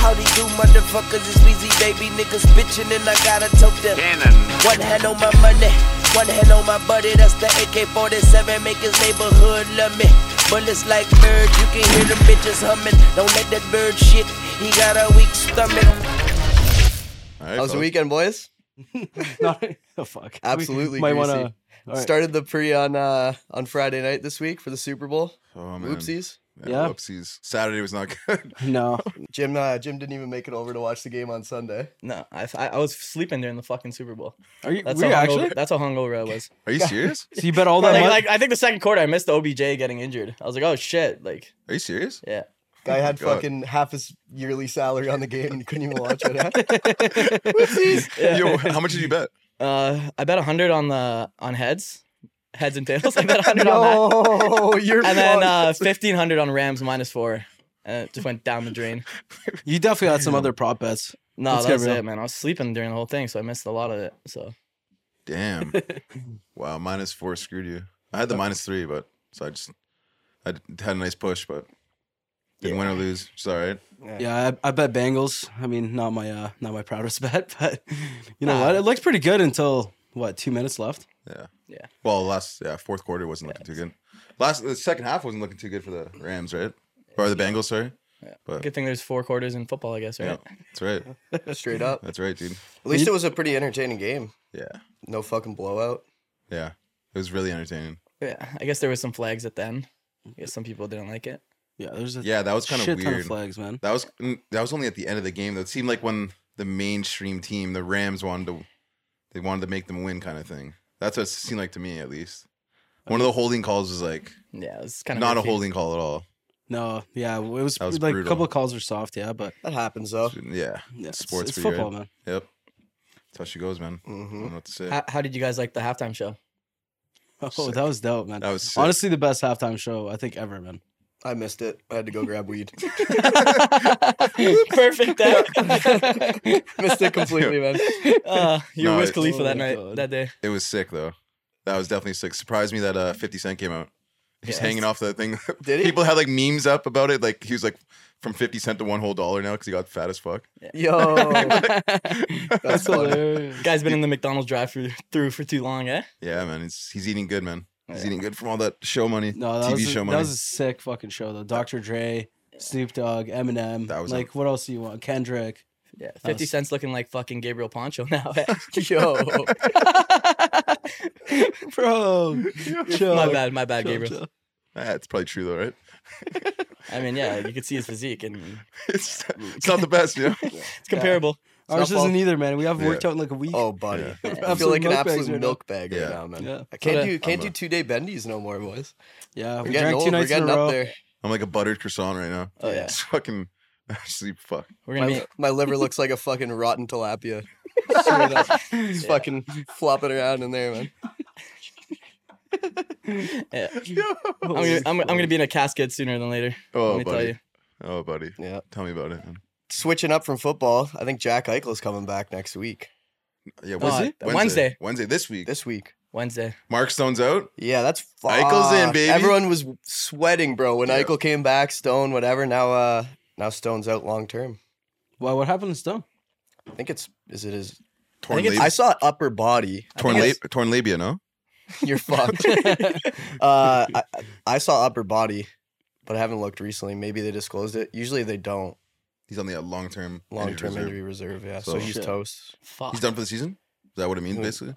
Howdy do, motherfuckers, it's Weezy, baby. Niggas bitchin' and I gotta tote them. One hand on my money, one hand on my buddy. That's the AK 47, make his neighborhood love me. Bullets like birds, you can hear them bitches humming. Don't let that bird shit, he got a weak stomach. All right, That was the folks. weekend, boys. Not, oh, fuck. We Absolutely Might greasy. wanna- all right. Started the pre on uh, on Friday night this week for the Super Bowl. Oh, man. Oopsies. Yeah. Oopsies. Saturday was not good. No. Jim uh, Jim didn't even make it over to watch the game on Sunday. No, I, I, I was sleeping during the fucking Super Bowl. Are you? That's were how you hungover, actually? that's how hungover I was. Are you serious? So you bet all that Like, money? like, I think the second quarter I missed the OBJ getting injured. I was like, oh shit, like Are you serious? yeah. Guy had Oh God. fucking half his yearly salary on the game and couldn't even watch it. Yo, how much did you bet? Uh, I bet hundred on the on heads, heads and tails. I bet hundred on that, No, you're and then fucked. uh, fifteen hundred on Rams minus four, and it just went down the drain. you definitely had some other prop bets. No, Let's that's get that was real. it, man. I was sleeping during the whole thing, so I missed a lot of it. So Damn. wow, minus four screwed you. I had the minus three, but so I just I d- had a nice push, but didn't win or lose. It's all right. Yeah, I, I bet Bengals. I mean, not my uh, not my proudest bet, but you know what? It looks pretty good until what? Two minutes left. Yeah. Yeah. Well, last yeah, fourth quarter wasn't looking too good. Last the second half wasn't looking too good for the Rams, right? Or the Bengals, sorry. But good thing there's four quarters in football, I guess, yeah, right? that's right. uh, straight up. That's right, dude. At least it was a pretty entertaining game. Yeah. No fucking blowout. Yeah. It was really entertaining. Yeah. I guess there was some flags at the end. I guess some people didn't like it. Yeah, there's a Yeah, that was kind of shit weird. ton of flags, man. That was mm, that was only at the end of the game. That seemed like when the mainstream team, the Rams, wanted to they wanted to make them win, kind of thing. That's what it seemed like to me, at least. One of the holding calls was like Yeah, it was kind of not a holding call at all. No, yeah, it was, That was like a brutal. couple of calls are soft, yeah, but That happens though. Yeah, yeah, it's- Sports it's, for you, eh? right? football, man. yep. That's how she goes, man. I hmm don't know what to say. How, how did you guys like the halftime show? Oh, Sick. that was dope, man. That was sick. honestly the best halftime show I think ever, man. I missed it. I had to go grab weed. Perfect. eh? missed it completely, man. uh, you were No, Wiz it- Khalifa Oh that my night, God. that day. it was sick though. That was definitely sick. Surprised me that uh, Fifty Cent came out. He's Yeah. hanging off that thing. Did he? People had like memes up about it. Like he was like from Fifty Cent to one whole dollar now because he got fat as fuck. Yo, That's hilarious. Guy's been in the McDonald's drive through through for too long, eh? Yeah, man. He's he's eating good, man. He's eating good from all that show money. No, that TV was a, show that money. was a sick fucking show though. Dr. Dre, Snoop Dogg, Eminem. That was a- like what else do you want? Kendrick. Yeah. Fifty was- Cent's looking like fucking Gabriel Poncho now. eh? yo. Bro. chill, my bad, my bad, chill, Gabriel. chill. That's probably true though, right? I mean, yeah, you could see his physique, and It's, it's not the best, you know. it's comparable. Ours not fall- isn't either, man. We haven't worked Yeah. out in like a week. Oh, buddy, I feel Absolute like an milk bags absolute right now. milk bag right Yeah. now, man. Yeah. I can't But, uh, do can't I'm do a- two day bendies no more, boys. yeah. We're We getting drank old. two We're nights in a getting up row. there. I'm like a buttered croissant right now. Oh yeah, It's fucking actually fuck. we're gonna My, be my liver looks like a fucking rotten tilapia. Straight up. It's fucking flopping around in there, man. Yeah. I'm, gonna, I'm, I'm gonna be in a casket sooner than later. Oh let me tell buddy. you. Oh buddy. Yeah. Tell me about it. man. Switching up from football, I think Jack Eichel's coming back next week. Yeah, Oh, Wednesday? uh, Wednesday. Wednesday this week. This week. Wednesday. Mark Stone's out. Yeah, that's fucked. Eichel's in, baby. Everyone was sweating, bro, when Yeah. Eichel came back, Stone, whatever. Now uh now Stone's out long term. Wow, what happened to Stone? I think it's is it his Torn I labia. saw upper body. Torn, think lab- it's- torn labia, no? You're fucked. uh I, I saw upper body, but I haven't looked recently. Maybe they disclosed it. Usually they don't. He's on the long term Long term injury reserve, yeah. So, So- he's Shit. toast. Fuck. He's done for the season? Is that what it means Yeah. basically?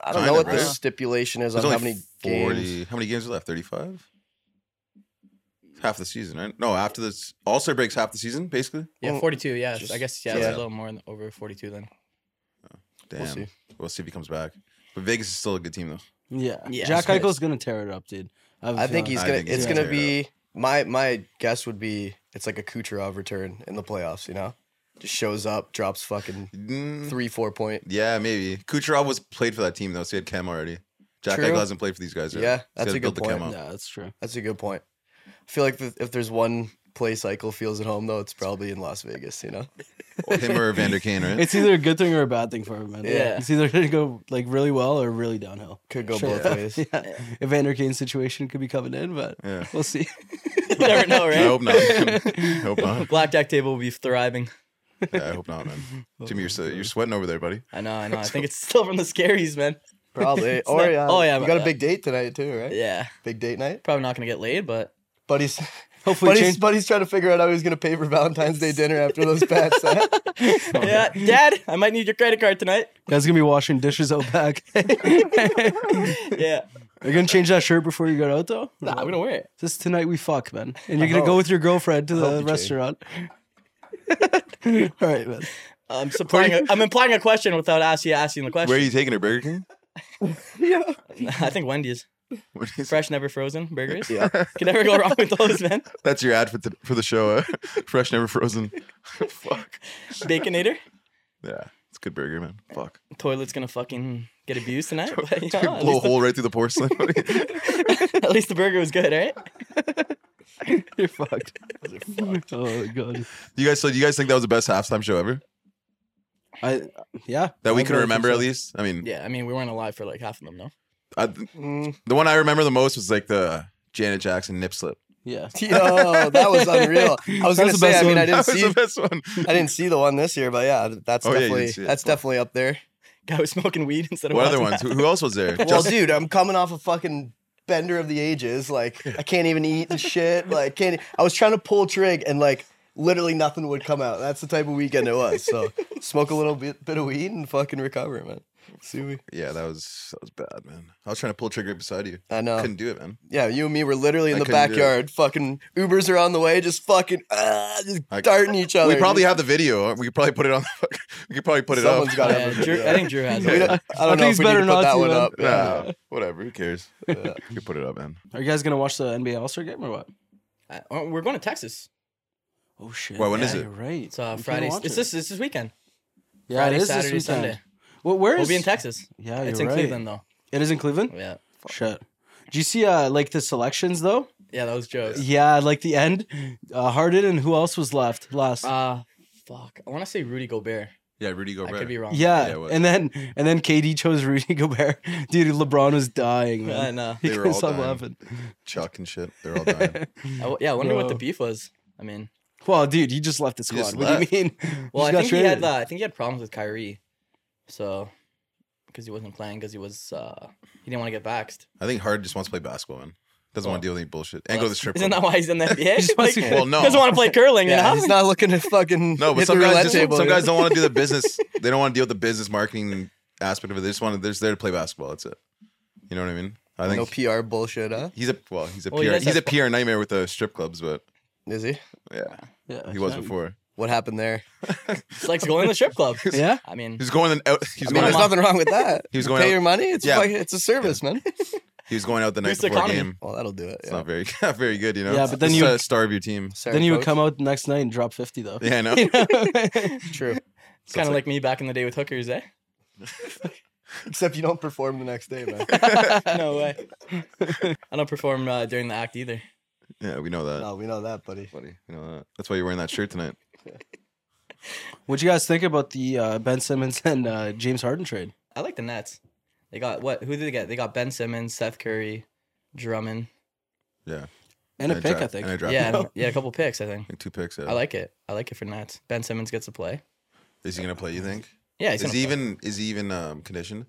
I don't Kind know of, what the right? stipulation is There's on only how many 40 games. How many games are left? 35? Half the season, right? No, after this All Star breaks half the season, basically. Yeah, Well, 42. Yeah, just- I guess yeah, yeah. it's a little more than, over 42 then. Damn. We'll see. We'll see if he comes back. But Vegas is still a good team though. Yeah. Yeah, Jack it's- Eichel's gonna tear it up, dude. have a I think feeling. he's I gonna. think he's it's gonna gonna tear be my my guess would be it's like a Kucherov return in the playoffs. You know, just shows up, drops fucking Mm, three four point. Yeah, maybe. Kucherov was played for that team though, so he had Cam already. Jack True. Eichel hasn't played for these guys yet. Yeah, He's that's gotta a good build the point. Cam up. Yeah, that's true. That's a good point. I feel like if if there's one place Eichel feels at home though, it's probably in Las Vegas. You know, Him or Vander Kane, right? It's either a good thing or a bad thing for him. man. Yeah. It's either going to go like really well or really downhill. Could go Sure. both ways. Yeah. If Vander Kane's situation could be coming in, but yeah. we'll see. You never know, I right? hope not. I hope not. Blackjack table will be thriving. Yeah, I hope not, man. Jimmy, you're, so, you're sweating over there, buddy. I know, I know. I think it's still from the scaries, man. Probably. It's or not- yeah. oh, yeah, You but- got a big date tonight too, right? Yeah, Big date night. probably not gonna get laid, but Buddy's Hopefully, buddy's, change. buddy's trying to figure out how he's gonna pay for Valentine's Day dinner after those bets. huh? Oh, yeah, Dad, I might need your credit card tonight. Guys going to be washing dishes out back. Are Yeah, you going to change that shirt before you go out, though? nah, we're gonna wear it. Just tonight we fuck, man. And you're going to hope. go with your girlfriend to hope the you change. restaurant. All right, man. I'm supplying. A, I'm implying a question without asking asking the Where are question. you taking her, Burger King? I think Wendy's What is- fresh, never frozen burgers. Yeah. Can never go wrong with those, man. That's your ad for the, for the show. Uh, Fresh, never frozen. Fuck. Baconator. Yeah, it's a good burger, man. Fuck. Toilet's gonna fucking get abused tonight. But, you know, at, Blow a least hole right through the porcelain. the, at least the burger was good, right? You're fucked. oh, God. you guys, so do you guys think that was the best halftime show ever I, yeah. that we I can really remember think at so. least? I mean, Yeah, I mean we weren't alive for like half of them, no. I, Mm. the one I remember the most was like the Janet Jackson nip slip. Yeah. Yo, that was unreal. I was gonna That's the say. I best mean, one. I didn't That was see. the best one. I didn't see the one this year, but yeah, th- that's Oh, yeah, you didn't definitely see it. that's definitely up there. Guy was smoking weed instead of What other watching ones? Who, who else was there? Well, Justin, dude, I'm coming off a fucking bender of the ages. Like, I can't even eat and shit. Like, can't. e, I was trying to pull trig and like literally nothing would come out. That's the type of weekend it was. So, smoke a little bit, bit of weed and fucking recover, man. See, we, yeah, that was that was bad, man. I was trying to pull trigger beside you. I know. Couldn't do it, man. yeah, you and me were literally in I the couldn't do it. backyard. Fucking Ubers are on the way, just fucking ah, just I- darting each other. we probably have the video. We could probably put it on. The, we could probably put it Someone's up. got Yeah, it. Drew, I think Drew has We it. don't- I don't I think know if it's we need better to not put that to, one man. up. Yeah, whatever. Who cares? You could put it up, man. Are you guys going to watch the NBA All Star game or what? Uh, oh, we're going to Texas. Oh, shit. Wait, when yeah, is it? you're right. It's uh, We can't Friday. watch It's it. this. It's this weekend. Yeah, Friday, it is Saturday, this weekend. Sunday. Well, where is We'll be in Texas. Yeah, Oh, you're it's in right. Cleveland though. It is in Cleveland. Yeah, Shit. Do you see uh like the selections though? yeah, that was Joe's. Yeah, like the end. Uh, Harden and who else was left last? Uh fuck. I want to say Rudy Gobert. Yeah, Rudy I Gobert. could be wrong. yeah, yeah, it was. and then and then KD chose Rudy Gobert. Dude, LeBron was dying, I man. know. He They were couldn't all stop dying. laughing. Chuck and shit. They're all dying. I w- yeah, I wonder what the Bro. beef was. I mean, Well, dude, he just left the He just squad. What do you mean? well, just I got think he had traded. uh, I think he had problems with Kyrie, so because he wasn't playing because he was uh he didn't want to get vaxxed. I think Hard just wants to play basketball, man. Doesn't want to deal with any bullshit. And go to the strip Isn't club. that why he's in the NBA? just wants like, to- he Well, no. doesn't want to play curling, Yeah, you he's know? not looking to fucking no, but hit some the roulette guys, just, table. some you know? guys don't want to do the business. They don't want to deal with the business marketing aspect of it. They just want to. They're just there to play basketball. That's it. You know what I mean? I think no PR bullshit, huh? he's a well. He's a Well, he PR. does He's a have- PR nightmare with the strip clubs, but Is he? yeah, Yeah, he was shit. before. What happened there? Just likes going to the strip club. Yeah, I mean, He was going out. He was I mean, going. there's out, nothing wrong with that. He was You going pay out- your money. It's Yeah. fucking, it's a service, man. It's he was going out the night Boost the before economy. game. Well, that'll do it. It's yeah. not very, not very good, you know. Yeah, but then Just you- try to starve your team. Sorry, then you would folks. come out the next night and drop fifty though. Yeah, I know. You know? True. it's kind of like me back in the day with hookers, eh? Except you don't perform the next day, man. no way. I don't perform uh, during the act either. Yeah, we know that. no, we know that, buddy. Buddy, you know that. That's why you're wearing that shirt tonight. what you guys think about the uh, Ben Simmons and uh, James Harden trade? I like the Nets. They got what? Who did they get? They got Ben Simmons, Seth Curry, Drummond. Yeah. And a I pick, dra- I think. And I draft yeah, yeah. and- yeah, a couple picks. I think two picks. Yeah. I like it. I like it for Nets. Ben Simmons gets to play. Is he gonna play? You think? Yeah, he's is gonna he play. even? Is he even um, conditioned?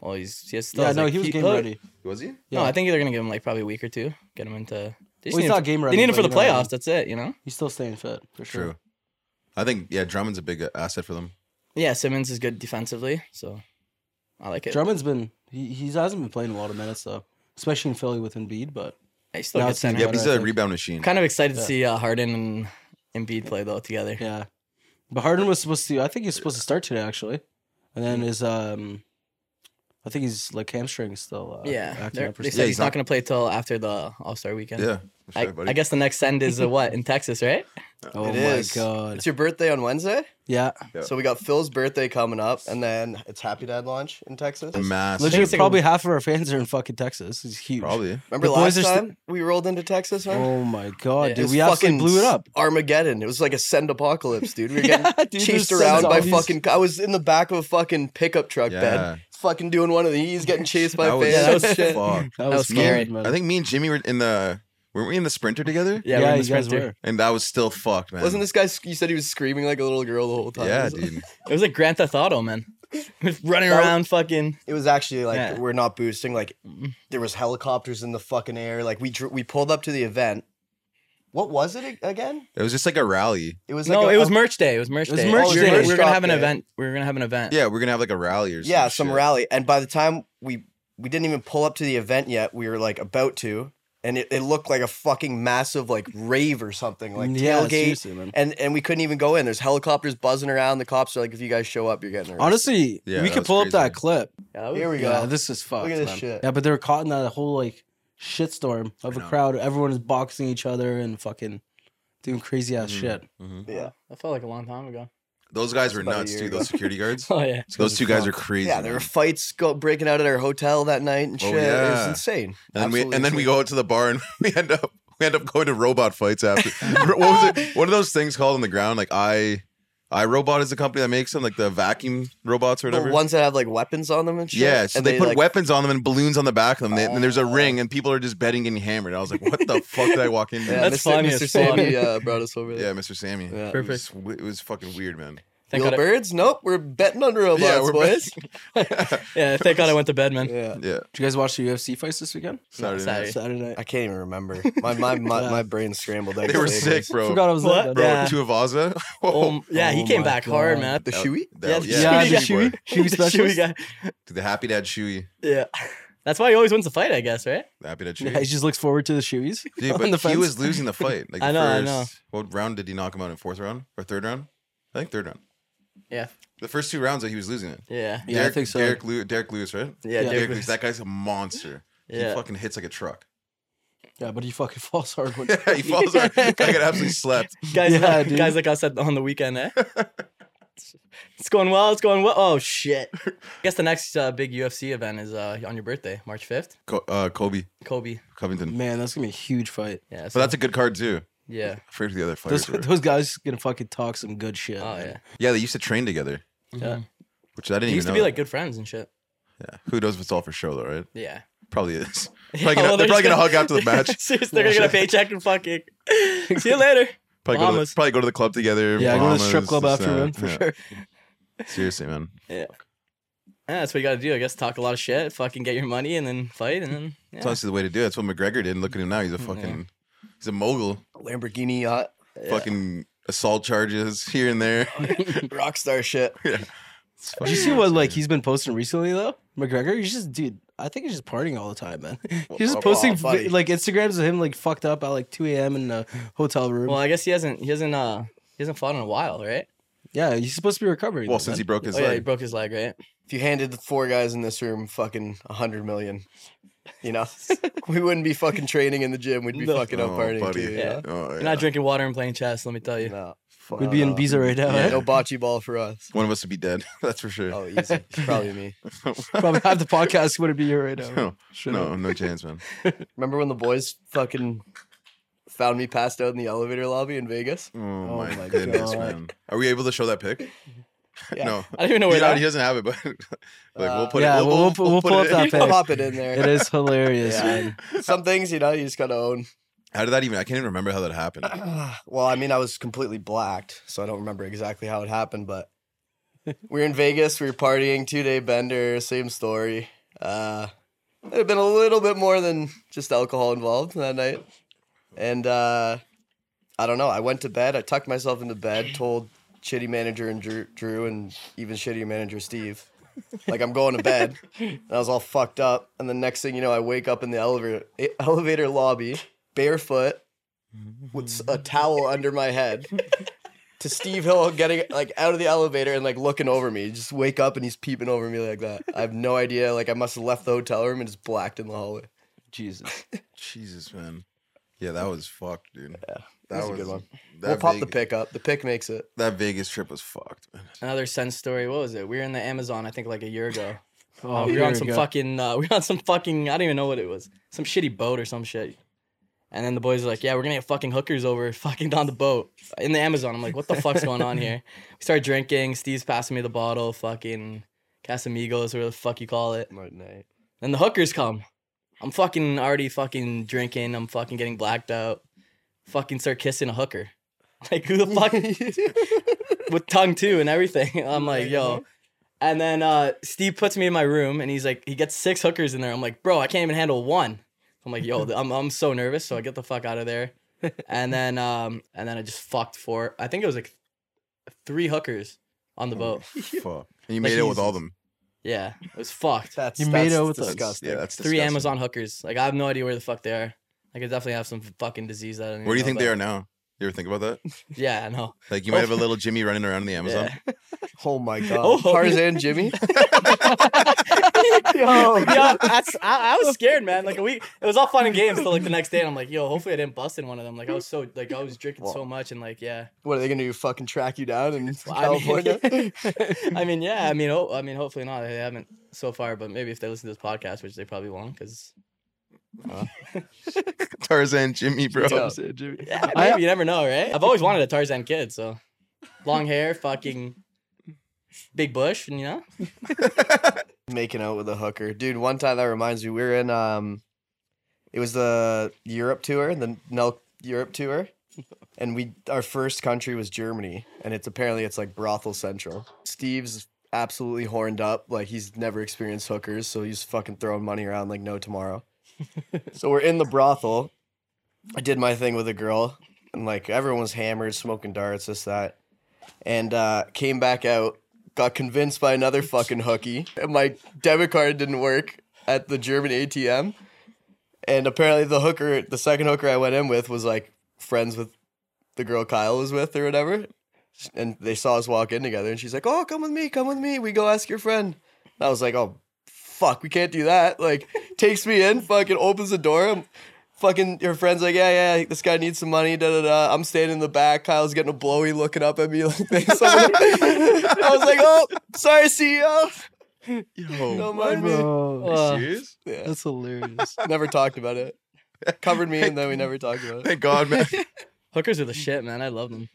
Well, he's he has still Yeah, has, no, like, he was game oh, ready. Was he? No, Yeah. I think they're gonna give him like probably a week or two. Get him into. They just Well, he's need him- not game ready. They need him but for the you know what I mean. playoffs. That's it. You know. He's still staying fit for sure. True. I think yeah. Drummond's a big uh, asset for them. Yeah, Simmons is good defensively, so I like it. Drummond's been he he hasn't been playing a lot of minutes though, especially in Philly with Embiid. But He's still No, a good it's not center. Yeah, what but he's I a think. rebound machine. Kind of excited Yeah. to see uh, Harden and Embiid play though together. yeah, but Harden was supposed to. I think he's supposed to start today actually, and then his um, I think he's like hamstring still. Uh, Yeah, acting they're- up or they said something. Yeah, he's he's not not- going to play till after the All Star weekend. yeah. I, Sure, buddy. I guess the next send is uh, what in Texas, right? Oh It my is. god. It's your birthday on Wednesday, Yeah. Yeah. so we got Phil's birthday coming up, and then it's Happy Dad launch in Texas. The mass. Legit, Texas. probably half of our fans are in fucking Texas. It's huge. Probably. Remember the boys last are st- time we rolled into Texas, man? Oh my god, Yeah. It dude! was We absolutely fucking blew it up. Armageddon. It was like a send apocalypse, dude. We were Yeah, getting dude, chased there's around by zombies. fucking. I was in the back of a fucking pickup truck Yeah. bed, fucking doing one of these, getting chased by That fans. was, Yeah, that was and fuck. shit. That was mad, scary. man. I think me and Jimmy were in the. Weren't we in the sprinter together? Yeah, Yeah, we were in you the guys Sprinter. were. And that was still fucked, man. Wasn't this guy? You said he was screaming like a little girl the whole time. Yeah, It was- dude. It was like Grand Theft Auto, man. Just running That was- around, fucking. It was actually like Yeah. we're not boosting. Like there was helicopters in the fucking air. Like we dr- we pulled up to the event. What was it ag- again? It was just like a rally. It was like No, a- it was a- merch day. It was merch It was day. merch Oh, we were day. gonna- We were gonna Drop have an day. event. We were gonna have an event. Yeah, we're gonna have like a rally or yeah some shit. rally. And by the time we we didn't even pull up to the event yet, we were like about to, and it, it looked like a fucking massive like rave or something like Yeah, tailgate. seriously, man. And and we couldn't even go in. There's helicopters buzzing around. The cops are like, if you guys show up, you're getting arrested. Honestly, Yeah, we that could was pull up that crazy. clip. Yeah, that was- Here we go. Yeah, this is fucked. Look at this man. shit. Yeah, but they were caught in that whole like shitstorm of a know. crowd. Everyone is boxing each other and fucking doing crazy ass shit. Mhm. yeah. That felt like a long time ago. Those guys were About a nuts year too. ago. Those security guards. Oh yeah. Those two guys are crazy. Yeah, there were man. fights go, breaking out at our hotel that night and Oh, shit. It was yeah. insane. And then we Absolutely and then we insane. go out to the bar and we end up we end up going to robot fights after. what was it? What are those things called on the ground? Like I, I Robot is the company that makes them, like the vacuum robots or whatever. The ones that have like weapons on them and shit. yeah, so and they, put like, Oh. weapons on them and balloons on the back of them, They- and there's a ring, and people are just betting getting hammered. I was like, "What the fuck did I walk into?" Yeah, Yeah, That's Mr. funny Mr. as fuck. Sammy uh, brought us over there. Mr. Sammy. Yeah. It was, Perfect. w- it was fucking weird, man. Thank Real God I- birds? Nope. We're betting on robots, Yeah, we're boys. yeah, thank God I went to bed, man. yeah. Yeah, Did you guys watch the UFC fights this weekend? Saturday night. Saturday. Saturday night. I can't even remember. My my my, my brain scrambled. They were sick, I bro. forgot I was What? there. Bro, Yeah. Tuivasa. Um, Oh, yeah, he Oh came my back hard, God. man. The shoey? Yeah, That- the yeah, Yeah, Shoey the guy. Shoey boy. The Shoey specialist? guy. the happy dad Shuey. Yeah. That's why he always wins the fight, I guess, right? The happy dad Shuey. Yeah, he just looks forward to the shoeies. Dude, on but the he fence. was losing the fight. Like I the know, I first, know. What round did he knock him out in? Fourth round or third round? I think third round. Yeah. The first two rounds that he was losing it. Yeah. Yeah, Derek, I think so. Derek, Lew- Derek Lewis, right? Yeah, Yeah. Derek, Derek Lewis. Lewis. That guy's a monster. He Yeah. fucking hits like a truck. Yeah, but he fucking falls hard. When- he falls. over. Guy got absolutely slept. Guys, Yeah, like, dude. guys like us at, on the weekend, eh? it's going well. It's going well. Oh shit! I guess the next uh, big UFC event is uh, on your birthday, March fifth. Co- uh, Kobe Kobe. Covington. Man, that's gonna be a huge fight. Yeah. So So that's a good card too. yeah. I forget who the other Those, fighters were. those guys gonna fucking talk some good shit. Oh man. yeah. Yeah, they used to train together, Yeah. which I didn't They even used to know be that. like good friends and shit. Yeah. Who knows if it's all for show though, right? Yeah. Probably is. Yeah, Probably gonna, well, they're probably just gonna hug after the match. Seriously, they're gonna get a paycheck and fucking. See you later. Probably go, to the, Bahamas. probably go to the club together. Yeah, go to Bahamas, the strip club this, after, that. man, for Yeah. sure. Seriously, man. Yeah. Yeah, that's what you gotta do. I guess talk a lot of shit, fucking get your money, and then fight, and then yeah. That's honestly the way to do it. That's what McGregor did. Look at him now. He's a fucking, he's a mogul. Lamborghini uh, yacht, Fucking assault charges here and there. rock star shit. It's Did you fucking see what nuts, like dude. he's been posting recently though? McGregor, he's just dude. I think he's just partying all the time, man. He's oh, just posting buddy. vi- like Instagrams of him like fucked up at like 2 a.m. in a hotel room. Well, I guess he hasn't. He hasn't. Uh, he hasn't fought in a while, right? yeah, he's supposed to be recovering. Well, though, since he man. broke his oh yeah, he leg, broke his leg, right? If you handed the four guys in this room fucking a hundred million, you know, we wouldn't be fucking training in the gym. We'd be No. fucking out Oh, partying buddy. too. you Yeah. Oh, You're yeah. not drinking water and playing chess. Let me tell you. know? No. Fuck we'd be in no. Biza right now. Yeah. eh? No bocce ball for us. one of us would be dead. That's for sure. Oh, easy. Probably me. Probably have the podcast wouldn't be here right now. no, Should've. no, no chance, man. Remember when the boys fucking found me passed out in the elevator lobby in Vegas? Oh, my, my goodness, God. man. Are we able to show that pic? No, I don't even know he, where don't- he that. doesn't have it, but like we'll put yeah, it. we'll- we'll- we'll pull put up it that in. pic. Hey. Pop it in there. It is hilarious, Yeah. man. Some things, you know, you just gotta own. How did that even? I can't even remember how that happened. well, I mean, I was completely blacked, so I don't remember exactly how it happened, but we were in Vegas, we were partying, two day bender, same story. Uh, it had been a little bit more than just alcohol involved that night. And uh, I don't know, I went to bed, I tucked myself into bed, told shitty manager and Drew, Drew and even shittier manager Steve. Like I'm going to bed, and I was all fucked up. And the next thing you know, I wake up in the elevator elevator lobby, barefoot, with s- a towel under my head to Steve Hill getting like out of the elevator and like looking over me. Just wake up and he's peeping over me like that. I have no idea. Like I must have left the hotel room and just blacked in the hallway. Jesus. Jesus, man. Yeah, that was fucked, dude. that was a good one. That we'll pop the Vegas- pick up. The pick makes it. That Vegas trip was fucked, man. Another sense story. What was it? We were in the Amazon, I think, like a year ago. Oh, we were here on we some go. fucking. Uh, we were on some fucking. I don't even know what it was. Some shitty boat or some shit. And then the boys are like, "Yeah, we're gonna get fucking hookers over fucking on the boat in the Amazon." I'm like, "What the fuck's going on here?" We start drinking. Steve's passing me the bottle. Fucking Casamigos, whatever the fuck you call it. Night night. Then the hookers come. I'm fucking already fucking drinking. I'm fucking getting blacked out. Fucking start kissing a hooker. Like who the fuck with tongue too and everything. I'm like, Mm-hmm. yo. And then uh Steve puts me in my room and he's like, he gets six hookers in there. I'm like, bro, I can't even handle one. I'm like, yo, I'm I'm so nervous, so I get the fuck out of there. And then um and then I just fucked four. I think it was like three hookers on the Oh boat. Fuck. And you Like made it with he's- all them. Yeah. It was fucked. That's You that's made out with us. That's, disgusting. yeah, that's three disgusting. Amazon hookers. Like I have no idea where the fuck they are. I could definitely have some fucking disease that. I don't Where do you even think know they are about. now? You ever think about that? Yeah, I know. Like you might have a little Jimmy running around in the Amazon. Yeah. Oh my god. Oh. Tarzan Jimmy. yeah, that's, I, I was scared, man. Like a week, it was all fun and games till like the next day, and I'm like, yo, hopefully I didn't bust in one of them. Like I was so like I was drinking so much, and like yeah, What are they gonna do? Fucking track you down in I mean- California? I mean yeah, I mean oh, I mean hopefully not. They haven't so far, but maybe if they listen to this podcast, which they probably won't, because Tarzan Jimmy, bro. Yeah. yeah, maybe, you never know, right? I've always wanted a Tarzan kid, so long hair, fucking big bush, and you know, Making out with a hooker, dude. One time that reminds me, we were in um, it was the Europe tour, the Nelk Europe tour, and we our first country was Germany, and it's apparently it's like brothel central. Steve's absolutely horned up, like he's never experienced hookers, so he's fucking throwing money around like no tomorrow. so we're in the brothel. I did my thing with a girl, and like everyone was hammered, smoking darts, this that, and uh, came back out got convinced by another fucking hooky. And my debit card didn't work at the German ATM. And apparently the hooker, the second hooker I went in with was like friends with the girl Kyle was with or whatever. And they saw us walk in together and she's like, Oh, come with me, come with me. We go ask your friend. And I was like, Oh fuck, we can't do that. Like takes me in, fucking opens the door. I'm, Fucking her friend's like, yeah, yeah, this guy needs some money, da da da. I'm standing in the back. Kyle's getting a blowy looking up at me like this. I was like, oh, sorry, CEO. Yo, Don't mind me. Bro, Uh, serious? Yeah. that's hilarious. Never talked about it. Covered me and then we never talked about it. Thank God, man. hookers are the shit, man. I love them.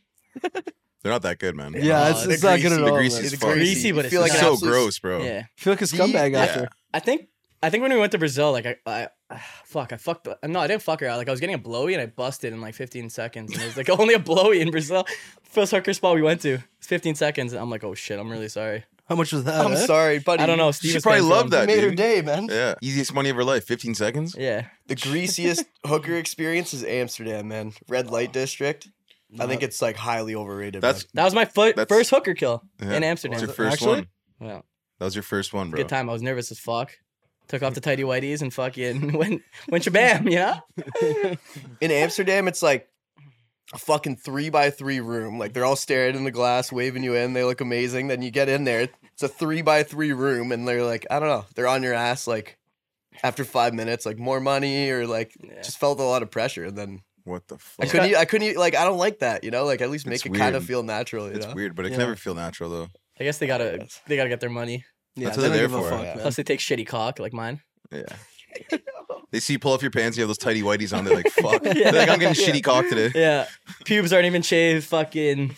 They're not that good, man. Yeah, it's, the it's not grease- good at the all. man. grease is I fucked. greasy, but You it's feel like not. an so absolute- gross, bro. Yeah. feel like a scumbag after. I think I think when we went to Brazil, like I, I ah, fuck, I fucked. No, I didn't fuck her out. Like I was getting a blowy and I busted in like 15 seconds. And it was like only a blowy in Brazil. First hooker spot we went to, it's 15 seconds, and I'm like, oh shit, I'm really sorry. How much was that? I'm eh? sorry, buddy. I don't know. Steve She was probably paying for loved that, them. made her dude. day, man. Yeah. Easiest money of her life. 15 seconds? Yeah, The greasiest hooker experience is Amsterdam, man. Red light district. I think it's like highly overrated. That's, that was my foot That's- first hooker kill yeah. in that's Amsterdam. your first Actually? one. Yeah, That was your first one, bro. good time. I was nervous as fuck. Took off the tidy whities and fucking went went shabam. You know? man. in Amsterdam. It's like a fucking three by three room. Like they're all staring in the glass, waving you in. They look amazing. Then you get in there. It's a three by three room, and they're like, I don't know. They're on your ass. Like after five minutes, like more money or like Yeah. just felt a lot of pressure. And then What the I fuck? couldn't. e- I couldn't. e- Like I don't like that. You know. Like at least make It's it kind of weird. feel natural. You It's know? weird, but it can Yeah. never feel natural, though. I guess they gotta they gotta get their money. Yeah, That's they what don't they're give a for. fuck, Yeah. man. Plus they take shitty cock like mine. Yeah. they see you pull off your pants, you have those tidy whiteys on. They're like, fuck. Yeah. They're like, I'm getting shitty cock today. Yeah, pubes aren't even shaved. Fucking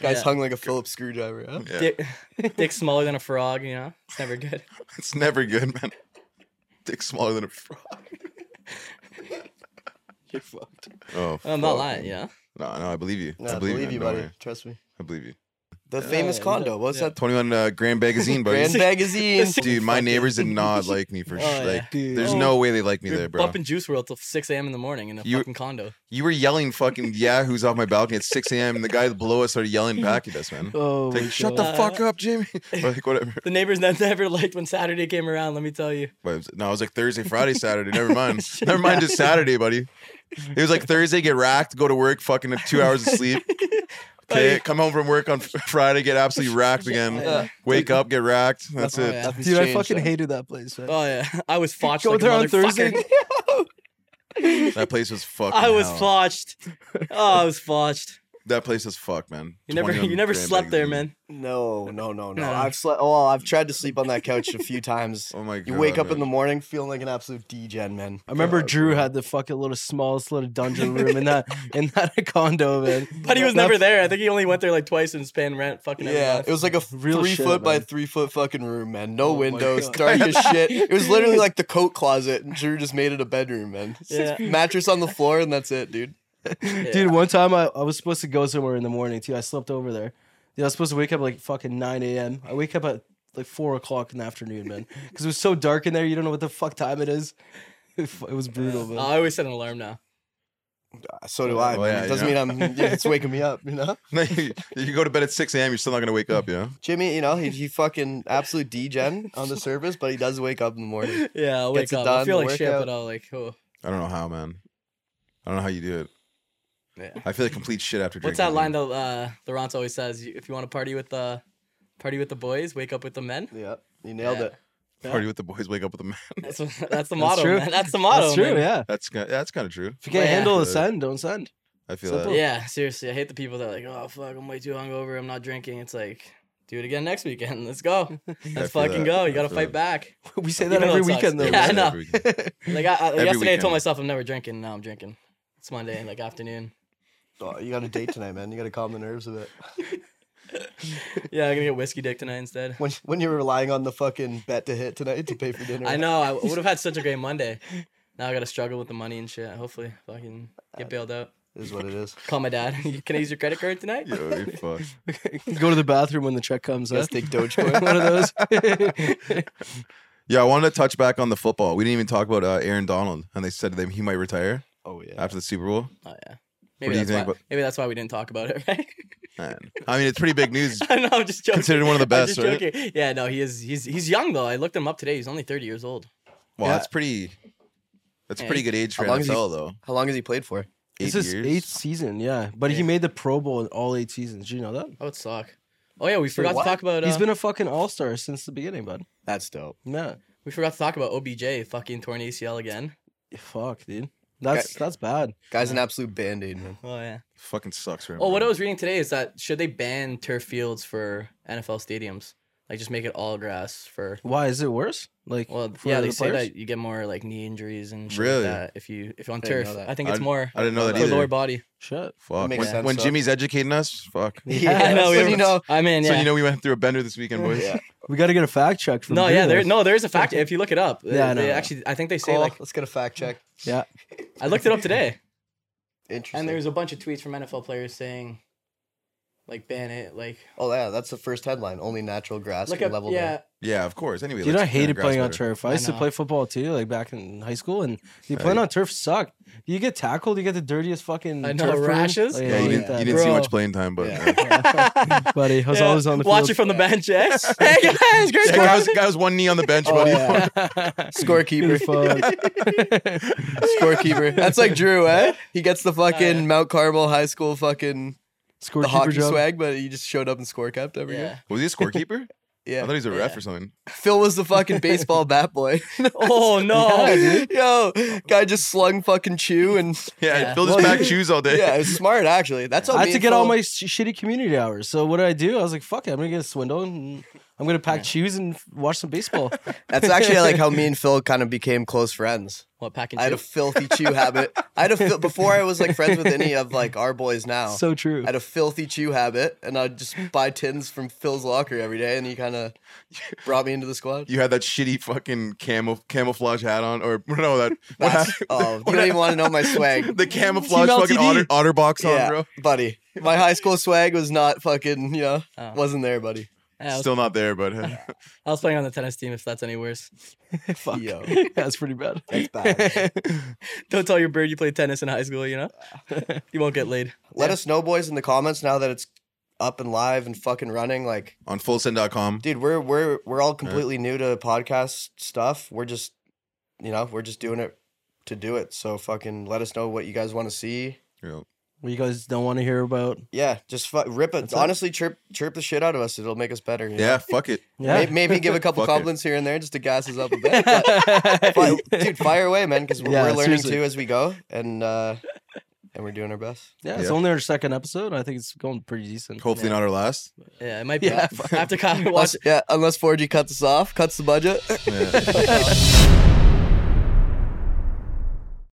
Guys Yeah. hung like a Phillips screwdriver. Huh? Yeah. dick, dick smaller than a frog. You know, it's never good. It's never good, man. Dick smaller than a frog. You're fucked. Oh, I'm not lying. You know, No, no, I believe you. No, I believe, man. you, Don't buddy. worry. Trust me. I believe you. The famous yeah, condo. What's yeah. that? 21 uh, Grand Magazine, buddy. Grand magazine. Dude, my neighbors did not like me for sh- Oh, yeah. like. Dude. There's no way they like me we there, were bro. bumping Juice World till 6 a.m. in the morning in a You- fucking condo. You were yelling fucking yahoo's off my balcony at 6 a.m. and the guy below us started yelling back at us, man. Oh, It's like, my shut God. the fuck up, Jimmy. Or like whatever. The neighbors that never liked when Saturday came around. Let me tell you. But it was- no, I was like Thursday, Friday, Saturday. Never mind. Never mind. Just Saturday, buddy. It was like Thursday, get racked, go to work, fucking have two hours of sleep. Okay, Buddy. come home from work on Friday, get absolutely racked again. Yeah. Wake up, get racked. That's Oh, it. yeah. Nothing's Dude, I changed, fucking huh? hated that place. Man. Oh yeah, I was fotched. Go like a there on motherfucker. Thursday. That place was fucking. I was hell. fotched. Oh, I was fotched. that place is fucked, man. You never 21 you never grand slept bags there, deep. man. No, no, no, no. No. I've slept. Oh, I've tried to sleep on that couch a few times. Oh my god. You wake up in the man. morning feeling like an absolute degen, man. I remember God, Drew bro. had the fucking little smallest little dungeon room in that in that condo, man. But he was Not- never there. I think he only went there like twice and spent rent fucking every Yeah, month. it was like a Real three shit, foot by man. three foot fucking room, man. No Oh my windows, God. dark as shit. It was literally like the coat closet, and Drew just made it a bedroom, man. Yeah. Mattress on the floor, and that's it, dude. Dude, one time I, I was supposed to go somewhere in the morning too. I slept over there. Dude, I was supposed to wake up at like fucking 9 a.m. I wake up at like 4 o'clock in the afternoon, man. Because it was so dark in there, you don't know what the fuck time it is. It was brutal, man. Oh, I always set an alarm now. So do I. Oh, man. yeah, it you doesn't know. mean I'm. Yeah, it's waking me up, you know. you you go to bed at 6 a.m. You're still not gonna wake up, yeah. Jimmy, you know, he, he fucking absolute degen on the surface, but he does wake up in the morning. Yeah, I'll wake Gets it up. I done, feel like shit, workout. but I'll like oh I don't know how, man. I don't know how you do it. yeah. I feel like complete shit after What's drinking. that dude. line that uh, Laurence always says? You- If you want to party with the party with the boys, wake up with the men. Yeah, you nailed Yeah. it. Party with the boys, wake up with the man. That's what- that's That's the motto. true. man. That's the motto. That's true, man. yeah. That's kind yeah, that's kind of true. If you can't Yeah. handle the Good. sun, don't send. I feel Simple. that. Yeah, seriously, I hate the people that are like, oh fuck, I'm way too hungover. I'm not drinking. It's like, do it again next weekend. Let's go. I feel Let's fucking that. go. I You gotta feel that. fight back. We say You that know every it sucks. weekend, though. Yeah, man. I know. Every weekend. Like I, I, Every yesterday, I weekend. told myself I'm never drinking. Now I'm drinking. It's Monday, like afternoon. Oh, you got a date tonight, man. You got to calm the nerves a bit. Yeah, I'm gonna get whiskey dick tonight instead. When when you're relying on the fucking bet to hit tonight to pay for dinner, I know. I would have had such a great Monday. Now I gotta struggle with the money and shit. Hopefully, fucking Uh, get bailed out. is what it is. Call my dad. Can I use your credit card tonight? Yo, you fuck. Go to the bathroom when the check comes. Huh? Let's take One Dogecoin. of those. Yeah, I wanted to touch back on the football. We didn't even talk about uh, Aaron Donald, and they said that he might retire oh yeah. after the Super Bowl. Oh yeah. Maybe do you that's think why. about- Maybe that's why we didn't talk about it, right? Man. I mean, it's pretty big news. I know. I'm just joking. Considered one of the I'm best, just right? joking. Yeah. No, he is. He's he's young though. I looked him up today. He's only 30 years old. Wow, Yeah. that's pretty. That's a Yeah, pretty he- good age for How long has he- NFL, though. How long has he played for? Eight It's his years. eighth season, yeah. But he Yeah. made the Pro Bowl in all eight seasons. Do you know that? That would suck. Oh yeah, we forgot what? to talk about. Uh, He's been a fucking all star since the beginning, bud. That's dope. Yeah. we forgot to talk about OBJ fucking torn ACL again. Fuck, dude. That's that's bad. Guy's an absolute band aid, man. Oh yeah. Fucking sucks for him. Oh, what I bro. was reading today is that should they ban turf fields for NFL stadiums? Like just make it all grass for. Why is it worse? Like, Well, for yeah, the they say players? that you get more like knee injuries and shit Really? like that if you if you're on I didn't know turf. that. I think it's I- more I didn't know that for either. lower body. shit. Fuck. makes when sense, when though. Jimmy's educating us, fuck. Yeah, I that's know. we what were- you know. I mean, yeah. So you know we went through a bender this weekend, boys. Yeah. We got to get a fact check from No, Drew yeah, there there. no, there is a fact. If you look it up, Yeah, I they know. actually, I think they say Call. like Let's get a fact check. Yeah. I looked it up today, Interesting. and there's a bunch of tweets from NFL players saying, like ban it, like oh yeah, that's the first headline. Only natural grass look can up, level yeah, Yeah, of course. Anyway, Dude, let's I get hated grass playing on better. turf. I I used to know. play football too, like back in high school, and you Hey. playing on turf sucked. You get tackled, you get the dirtiest fucking I know, turf burn. rashes? Like, I Yeah, you hate didn't, that, you didn't see bro. much playing time, but Yeah. yeah. buddy. I was Yeah, always on the watch it field. from the bench, eh? hey guys, great Yeah, guy, was, guy was one knee on the bench, buddy. yeah. Scorekeeper. Scorekeeper. That's like Drew, eh? He gets the fucking yeah. Mount Carmel High School fucking Score the hockey job. swag, but he just showed up and score kept every Yeah. game. Was he a scorekeeper? I Yeah. thought he was a ref Yeah. or something. Phil was the fucking baseball bat boy. Oh no, Yo, guy just slung fucking chew and Yeah, Yeah. Phil just back shoes all day. yeah, it was smart actually. That's how I had me to and get all Phil- my sh- shitty community hours. So what did I do? I was like, "Fuck it, I'm gonna get a swindle and I'm gonna pack shoes and f- watch some baseball." That's actually like how me and Phil kind of became close friends. what pack and I had a chip? filthy chew habit. I had a fil- before I was like friends with any of like our boys now. so true. I had a filthy chew habit, and I'd just buy tins from Phil's locker every day, and he kind of brought me into the squad. You had that shitty fucking camo- camouflage hat on, or no, that what That's- happened- oh, you don't even want to know my swag, the camouflage Team fucking LTD. otter, otter box on, yeah, bro. buddy. My high school swag was not fucking, you know, Oh. wasn't there, buddy. Yeah, I, was, Still not there, but uh, I was playing on the tennis team. If that's any worse, Fuck. Yo. That's pretty bad. That's bad. don't tell your bird you played tennis in high school. You know, you won't get laid. Let us know, boys, in the comments now that it's up and live and fucking running. Like, on fullsend.com. dude, we're we're we're all completely new to podcast stuff. We're just, you know, we're just doing it to do it. So fucking let us know what you guys want to see. Yo, What you guys don't want to hear about? Yeah, just fu- rip it. That's it. Honestly, chirp chirp the shit out of us. It'll make us better. you know? Yeah, fuck it. May- Yeah. Maybe give a couple Fuck it. compliments here and there just to gas us up a bit. But fi- dude, fire away, man, because we're, Yeah, we're learning seriously. too as we go, and uh, and and we're doing our best. Yeah, it's Yeah. only our second episode. I think it's going pretty decent. Hopefully Yeah. not our last. Yeah, it might be. Yeah. I have to kind of watch Unless- yeah, unless 4G cuts us off, cuts the budget. Yeah.